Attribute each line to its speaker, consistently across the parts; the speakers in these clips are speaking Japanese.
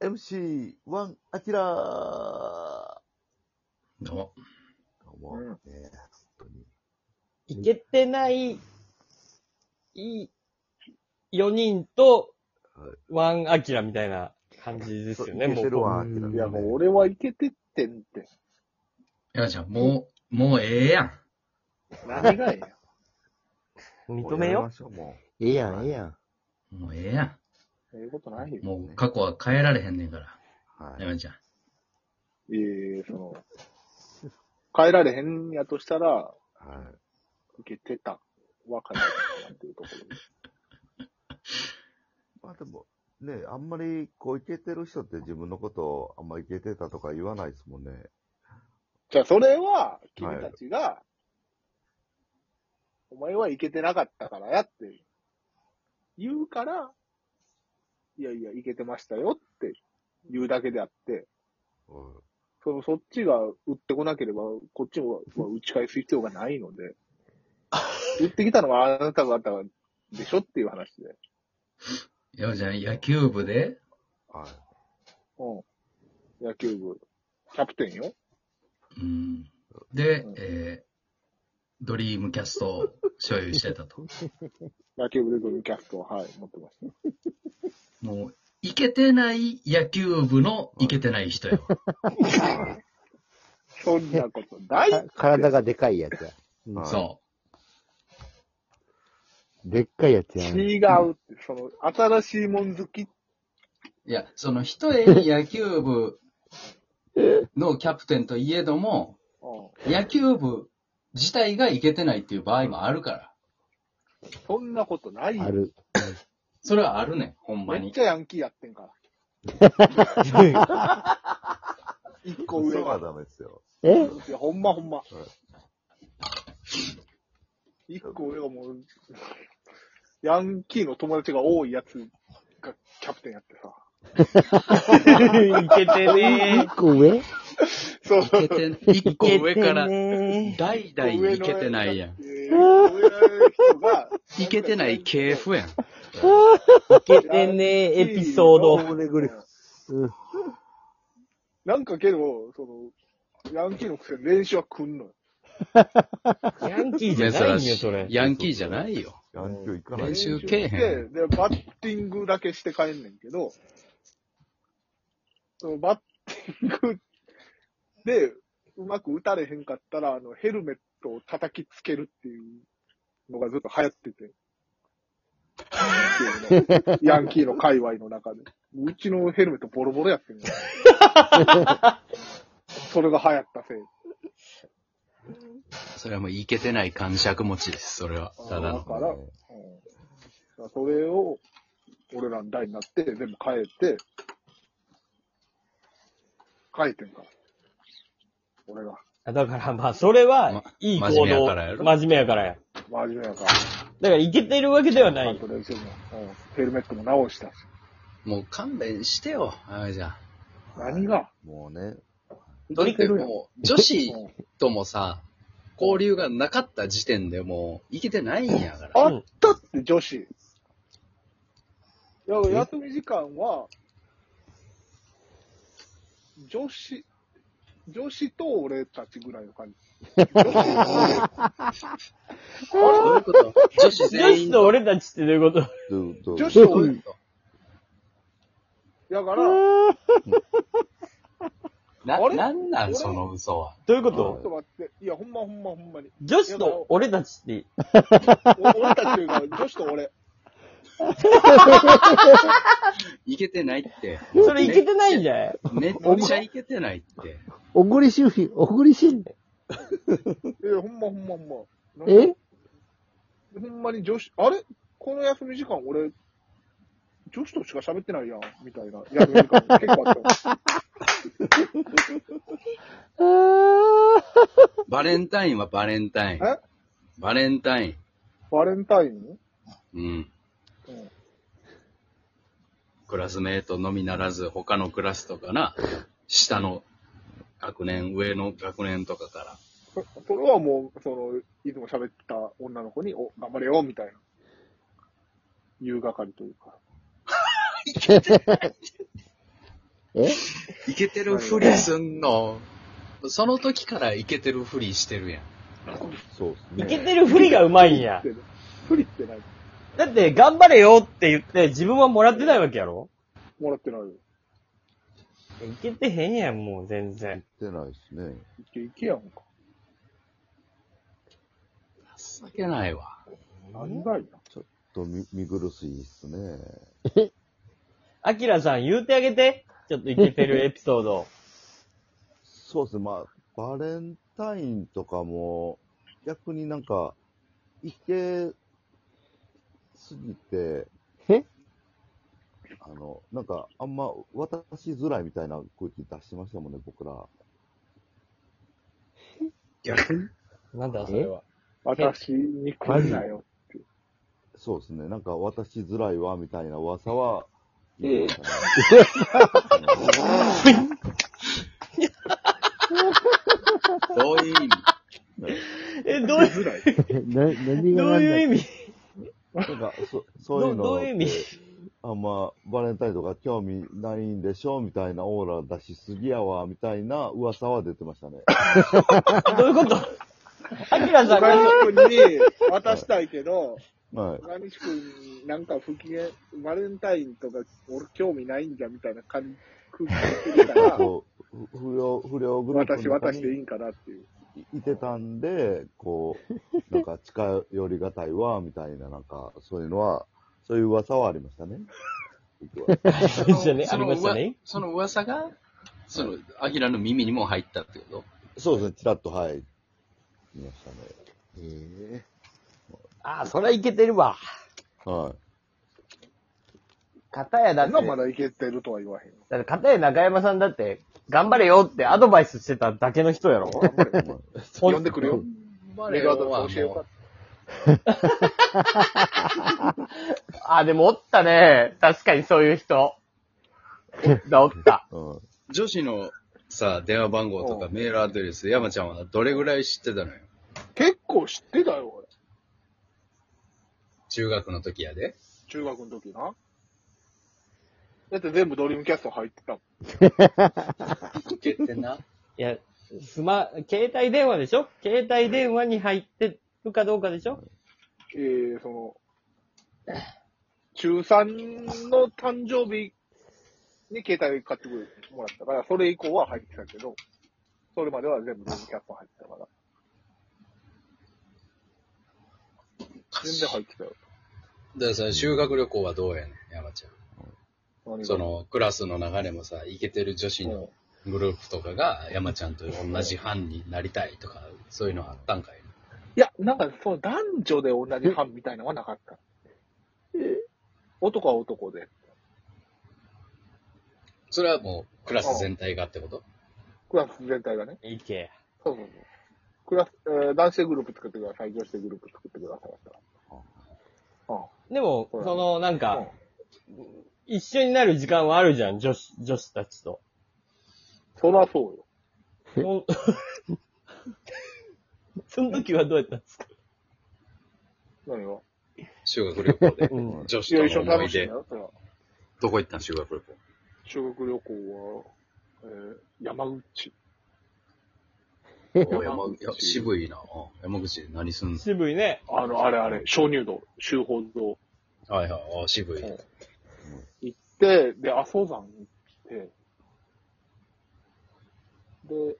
Speaker 1: 4MC1 アキラー
Speaker 2: どう
Speaker 1: ど
Speaker 2: も。
Speaker 1: うも
Speaker 3: うん
Speaker 1: ね、本当に。
Speaker 4: いけてない、いい、4人と、ワンアキラみたいな感じですよね、
Speaker 1: そうイケて
Speaker 4: もう
Speaker 1: るわ、
Speaker 4: こ
Speaker 1: アキラね
Speaker 3: いや、もう俺はいけてってんって。
Speaker 2: 山ちゃん、もう、もうええやん。
Speaker 3: 何が ええ
Speaker 4: う。認め
Speaker 1: もうやめ
Speaker 4: よ
Speaker 1: ましょう。も
Speaker 5: ええやん、ええやん。
Speaker 2: もうええや
Speaker 3: やん。ええことないよ
Speaker 2: ん。。もう過去は変えられへんねんから、
Speaker 1: うはい。
Speaker 2: 山ちゃん。
Speaker 3: ええその、変えられへんやとしたら、
Speaker 1: はい
Speaker 3: けてた。わかんないなっていうところで。
Speaker 1: い。まあでも、ね、あんまり、こう、いけてる人って自分のことを、あんまいけてたとか言わないですもんね。
Speaker 3: じゃあ、それは、君たちが、お前はいけてなかったからやって、言うから、いやいや、いけてましたよって言うだけであって、
Speaker 1: うん。
Speaker 3: そのそっちが売ってこなければ、こっちもまあ打ち返す必要がないの で、売ってきたのはあなた方でしょっていう話で。
Speaker 2: 山ちゃん、野球部で、
Speaker 1: はい。
Speaker 3: うん。野球部、キャプテンよ。
Speaker 2: うん。で、えー、ドリームキャストを所有してた と。
Speaker 3: 野球部でドリームキャストを、はい、持ってました。
Speaker 2: もう、いけてない野球部のいけてない人よ。
Speaker 3: そんなことない
Speaker 5: か体がでかいやつや。
Speaker 1: はい
Speaker 2: そ
Speaker 5: でっかいやつやん。
Speaker 3: 違うって、その、新しいもん好きって
Speaker 6: いや、その一重に野球部のキャプテンといえども、
Speaker 3: う
Speaker 6: 野球部自体がいけてないっていう場合もあるから。
Speaker 3: ん。そんなことないよ
Speaker 5: ある。
Speaker 6: それはあるねん、ほんま
Speaker 3: めっ
Speaker 6: に。
Speaker 3: ちゃヤンキーやってん から。一個上
Speaker 1: 嘘は
Speaker 3: は。
Speaker 1: ダメですよ。
Speaker 5: え
Speaker 3: いや、ほんまほんま。一個上はもう、ヤンキーの友達が多いやつがキャプテンやってさ。
Speaker 4: う。いけてね
Speaker 5: 一個上
Speaker 3: そう
Speaker 2: う。いけて、一個上から、
Speaker 4: ね
Speaker 2: 代々いけてないやん。
Speaker 3: えー上の人が、
Speaker 2: いけてない系譜やん。
Speaker 4: いけてねエピソード。
Speaker 3: 胸
Speaker 5: ぐるうん
Speaker 3: なんかけど、その、ヤンキーのくせに練習は来んのよ。
Speaker 4: ヤンキーじゃな
Speaker 2: 珍
Speaker 4: いんよ、
Speaker 2: し
Speaker 4: それ
Speaker 2: い。。ヤンキーじゃないよ。
Speaker 1: ヤンキー行かないで。
Speaker 2: 練習けえへ
Speaker 3: で、
Speaker 2: ん。
Speaker 3: で、バッティングだけして帰んねんけど、そのバッティングで、うまく打たれへんかったら、あの、ヘルメットを叩きつけるっていうのがずっと流行って て。ヤンキーの界隈の中で。うちのヘルメットボロボロやって んの。それが流行ったせい。
Speaker 2: それはもういけてない感触持ちです、それは。ただ
Speaker 3: だ
Speaker 2: の。
Speaker 3: から、うん、だからそれを、俺らの代になって、全部変えて、変えてんから。俺が、
Speaker 4: だからまあ、それは
Speaker 2: ま、
Speaker 4: いい行
Speaker 2: 真面目や
Speaker 4: 動。真
Speaker 2: からやろ
Speaker 4: 面目やからや。
Speaker 3: 真面目やか
Speaker 4: だから、いけてるわけでは
Speaker 3: ら。ちゃ
Speaker 4: な
Speaker 3: ん
Speaker 4: い
Speaker 3: と。練習も、うん、ヘルメットも直したし。
Speaker 2: もう勘弁してよ、あれじゃ
Speaker 3: 何が
Speaker 1: もうね、
Speaker 2: ん。とにかくもう、女子
Speaker 3: うん
Speaker 2: ともさ、交流がなかった時点でもう、いけてないんやから。
Speaker 3: あ
Speaker 4: う
Speaker 3: っ
Speaker 4: ん
Speaker 3: たって女子。いや、休み時間は、女子、女子と俺たちぐらいの感じ。
Speaker 2: どういうこと女子
Speaker 4: 女
Speaker 2: 全
Speaker 4: 子
Speaker 2: 員
Speaker 4: と俺たちってどういうこと
Speaker 1: どうどう
Speaker 3: 女子と俺
Speaker 2: と。
Speaker 3: だから、
Speaker 6: な
Speaker 3: あ、れ
Speaker 6: なんなんその嘘は。
Speaker 4: どういうこ
Speaker 3: ちょっ
Speaker 4: と
Speaker 3: と待って。いや、ほんまほんまほんまに。
Speaker 4: 女子と俺たちって、
Speaker 3: お俺たちというか、女子と俺。
Speaker 2: いけてないって。
Speaker 4: それいけてないんじゃない
Speaker 2: めっちゃいけてないって。
Speaker 5: おごりしゅひ、おごりしんね
Speaker 3: え、ほんまほんまほんま。なんか
Speaker 5: え
Speaker 3: ほんまに女子、あれこの休み時間俺、女子としか喋ってないやん、みたいな休み時間 結構あった
Speaker 5: あー
Speaker 2: バレンタインはバレンタイン
Speaker 3: え。
Speaker 2: バレンタイ
Speaker 3: バレンタイン
Speaker 2: ン。うん
Speaker 3: うん。
Speaker 2: クラスメートのみならず、他のクラスとかな、下の学年、上の学年とかから。
Speaker 3: そそれはもう、その、いつも喋った女の子に、お、頑張れよ、みたいな。言う係というか。
Speaker 5: え
Speaker 2: いけてるふりすんの。その時からいけてるふりしてるやん。
Speaker 1: そうで
Speaker 4: い
Speaker 1: す
Speaker 4: け
Speaker 1: ね。
Speaker 4: てるふりがうまいんや。
Speaker 3: 不利ってない。
Speaker 4: だって、頑張れよって言って、自分はもらってないわけやろ
Speaker 3: もらってないよ。
Speaker 4: いけてへんやん、もう全然。
Speaker 1: 言ってないですね。
Speaker 3: いけいけやんか。
Speaker 2: 情けないわ。
Speaker 3: なんだいな。
Speaker 1: と見見苦しいですね。
Speaker 4: アキラさん言うてあげて。ちょっといけてるエピソード。
Speaker 1: そうですね。まあ、バレンタインとかも、逆になんか、いけすぎて、
Speaker 5: え
Speaker 1: あの、なんか、あんま渡しづらいみたいな空気出してましたもんね、僕ら。
Speaker 2: 逆に
Speaker 4: なんだ、それは。
Speaker 3: 私に来んなよ。
Speaker 1: そうですね。なんか、渡しづらいわ、みたいな噂は、言ってましたね
Speaker 2: どういう意味
Speaker 4: え、どうい
Speaker 3: ぐ
Speaker 4: う、
Speaker 3: らい。
Speaker 5: な、何が
Speaker 4: どう
Speaker 5: なんだ
Speaker 4: いう意味
Speaker 1: なんか、そ
Speaker 4: ど
Speaker 1: そういうの
Speaker 4: どういう意味
Speaker 1: あんまバレンタインとか興味ないんでしょみたいなオーラ出しすぎやわ、みたいな噂は出てましたね。
Speaker 4: どういうことアキラさんが、
Speaker 3: 他の人に渡したいけど、
Speaker 1: はい。
Speaker 3: 中西君なんか不機嫌、バレンタインとか俺興味ないんじゃみたいな感じ、空気出てる から、
Speaker 1: こう、ふ不良、不良グループ
Speaker 3: 私
Speaker 1: の中
Speaker 3: 渡してい
Speaker 1: に
Speaker 3: いんかなっていう。
Speaker 1: いてたんで、こう、なんか近寄りがたいわ、みたいな、なんか、そういうのは、そういう噂はありましたね。僕は
Speaker 4: そうですよねありましたね。
Speaker 2: その噂その噂が、その、アキラの耳にも入ったってこと
Speaker 1: そうですね、ちらっと、はい、見ましたね。
Speaker 5: え
Speaker 4: あ、それいけてるわ。
Speaker 1: は
Speaker 4: 片やだって、
Speaker 3: 今まだいけてるとは言わへん。
Speaker 4: だって片や中山さんだって、頑張れよってアドバイスしてただけの人 やろほん
Speaker 3: 呼んでくるよ。
Speaker 2: バ
Speaker 3: メガドラ教えようか。
Speaker 4: あ、でもおったね。確かにそういう人。おった、おった。
Speaker 1: い。うん。
Speaker 2: 女子のさ、電話番号とかメールアドレス、山ちゃんはどれぐらい知ってたのよ
Speaker 3: 結構知ってたよ、俺。
Speaker 2: 中学の時やで。
Speaker 3: 中学の時な。だって全部ドリームキャスト入ってたもん。
Speaker 2: いけてな。
Speaker 4: いや、スマ、携帯電話でしょ携帯電話に入ってるかどうかでしょ
Speaker 3: えー、その、中3の誕生日に携帯買ってもらったから、それ以降は入ってたけど、それまでは全部ドリームキャスト入ってたから、全然入ってたよ。
Speaker 2: だからさ、修学旅行はどうやねん、山ちゃ
Speaker 3: 何
Speaker 2: ん。
Speaker 3: が
Speaker 2: そ、の、クラスの流れもさ、イケてる女子
Speaker 3: う
Speaker 2: のグループとかが、山ちゃんと同じ班になりたいとか、そういうのあったんかい
Speaker 3: いや、なんか、その男女で同じ班みたいなのはなかった。男は男で、
Speaker 2: それはもう、クラス全体がってこと
Speaker 3: クラス全体がね。
Speaker 4: いけ。
Speaker 3: そうそうそう。クラス、えー男性グループ作ってください、女性グループ作ってくださいだったら。
Speaker 4: でも、
Speaker 3: ほら
Speaker 4: その、なん
Speaker 3: う
Speaker 4: か
Speaker 3: ん、
Speaker 4: 一緒になる時間はあるじゃん、女子、女子たちと。
Speaker 3: そらそうよ。
Speaker 4: そん その時はどうやったんですか
Speaker 3: 何が
Speaker 2: 修学旅行で。
Speaker 4: うん
Speaker 2: 女子
Speaker 3: いや、
Speaker 2: と
Speaker 3: 一緒に
Speaker 2: の思
Speaker 3: 楽
Speaker 2: い
Speaker 3: しい
Speaker 2: 出
Speaker 3: な。。そら
Speaker 2: どこ行ったん修学旅行。
Speaker 3: 修学旅行は、えー山口。
Speaker 2: お山口いや渋いな。うん山口で何すんの
Speaker 4: 渋いね。
Speaker 3: あの、あれあれ、鍾乳洞、修法堂
Speaker 2: はいはい、あ渋い。
Speaker 3: うん行って、で、阿蘇山行って、で、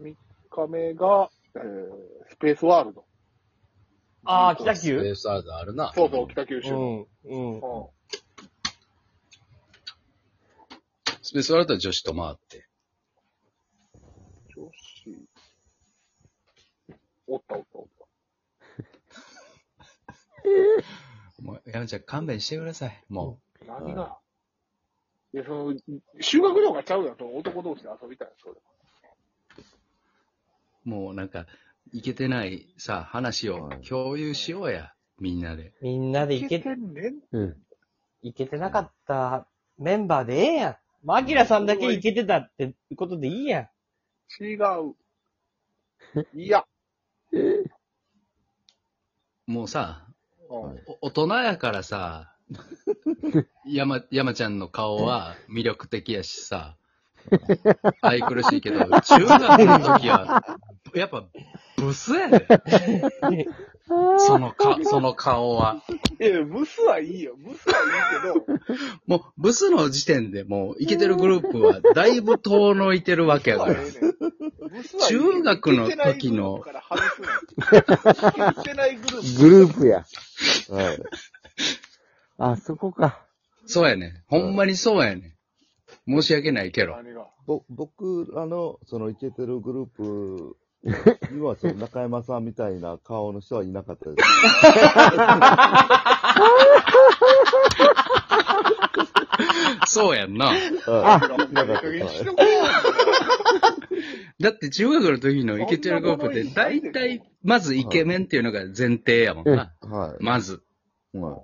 Speaker 3: 3日目が、えースペースワールド。
Speaker 4: ああ、北
Speaker 2: スペ
Speaker 4: 九
Speaker 2: ースアードあるな。
Speaker 3: そうそう、北九州
Speaker 4: う
Speaker 3: の。
Speaker 4: ん、うん。
Speaker 3: うん
Speaker 2: スペースアードは女子と回って。
Speaker 3: 女子、おったおったおった。
Speaker 2: お前、山ちゃん勘弁してください。も
Speaker 3: 何が、いや、その、修学旅行がちゃうやん、その男同士で遊びたいやんそれ。
Speaker 2: う、もうなんか、いけてないさ、話を
Speaker 1: はい
Speaker 2: 共有しようや。みんなで。
Speaker 4: みんなで行け
Speaker 3: てんねん。
Speaker 5: うん。
Speaker 4: いけてなかったメンバーでええやん。もうアキラさんだけいけてたってことでいいや ん。
Speaker 3: 違う。いや。
Speaker 2: もうさ、
Speaker 3: うん。
Speaker 2: お大人やから さ、山、山ちゃんの顔は魅力的やしさ、愛くるしいけど、中学の時は、やっぱ、ブスや で。そのか、その顔は。
Speaker 3: いや、ブスはいいよ。ブ スはいいけど、
Speaker 2: もう、ブスの時点でもう、イケてるグループは、だいぶ遠のいてるわけや
Speaker 3: ブス
Speaker 2: か ら
Speaker 3: はいい。ねんブスはいい
Speaker 2: 中学の時の
Speaker 3: いけてないグループから外すな。いけてないグループ。
Speaker 5: グループや。
Speaker 1: はい。
Speaker 5: あ、そこか。
Speaker 2: そうやね。ほんまにそうやね。申し訳ないけど。
Speaker 3: 何が。
Speaker 1: ぼ、僕らの、その、イケてるグループには、その、中山さんみたいな顔の人はいなかったです。
Speaker 2: そうやんな。
Speaker 1: はい
Speaker 3: い
Speaker 1: なかった
Speaker 3: い加減にし
Speaker 1: は
Speaker 3: とこうよ
Speaker 2: だって中学の時のイケてるグループって、だいたい、まずイケメンっていうのが前提やもんな。
Speaker 1: い。はい。
Speaker 2: まず。
Speaker 1: ま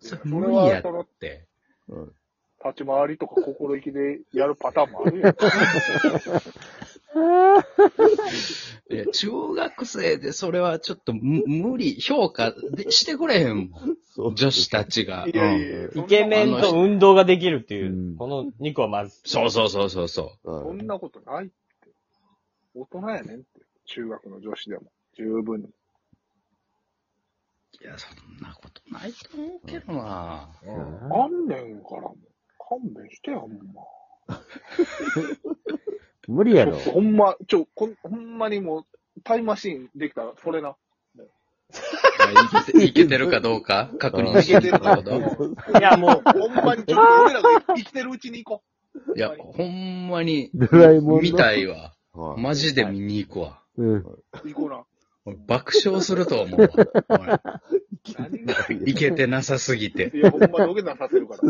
Speaker 2: それ
Speaker 3: それ
Speaker 2: 無理や
Speaker 3: は
Speaker 2: っ
Speaker 3: その
Speaker 2: て。
Speaker 1: あ、うん
Speaker 3: 立ち回りとか心意気でやるパターンもあ るやん。
Speaker 2: いや、中学生でそれはちょっとむ無理、評価でしてくれへんも
Speaker 1: そう。
Speaker 2: ん。女子たちが。
Speaker 3: いやいやいや。
Speaker 4: イケメンと運動ができるっていうう、
Speaker 5: ん
Speaker 4: この2個はまず。
Speaker 2: そうそうそうそうそ
Speaker 1: はい
Speaker 3: そんなことないって。大人やねんって。中学の女子でも。十分。
Speaker 2: う。いや、そんなことないと思うけどな。
Speaker 3: あんねんからも。勘弁してや、ほんま。
Speaker 5: 無理や ろ。
Speaker 3: ほんま、ちょ、こんほんまにもう、タイムマシーンできたら、それな。
Speaker 2: いけていけてるかどうか確認してるかどうか。
Speaker 4: いや、もう、
Speaker 3: ほんまに、ちょっと俺らが生きてるうちに行こ
Speaker 2: いや、ほんまに、
Speaker 5: ドラえもんの。
Speaker 2: 見たいわ。
Speaker 1: はい。
Speaker 2: マジで見に行くわ。
Speaker 5: うん。
Speaker 3: う。行こ うな。
Speaker 2: 俺爆笑すると思うわ。
Speaker 3: 何が。
Speaker 2: いけてなさすぎて。
Speaker 3: いや、ほんまに土下座させるから。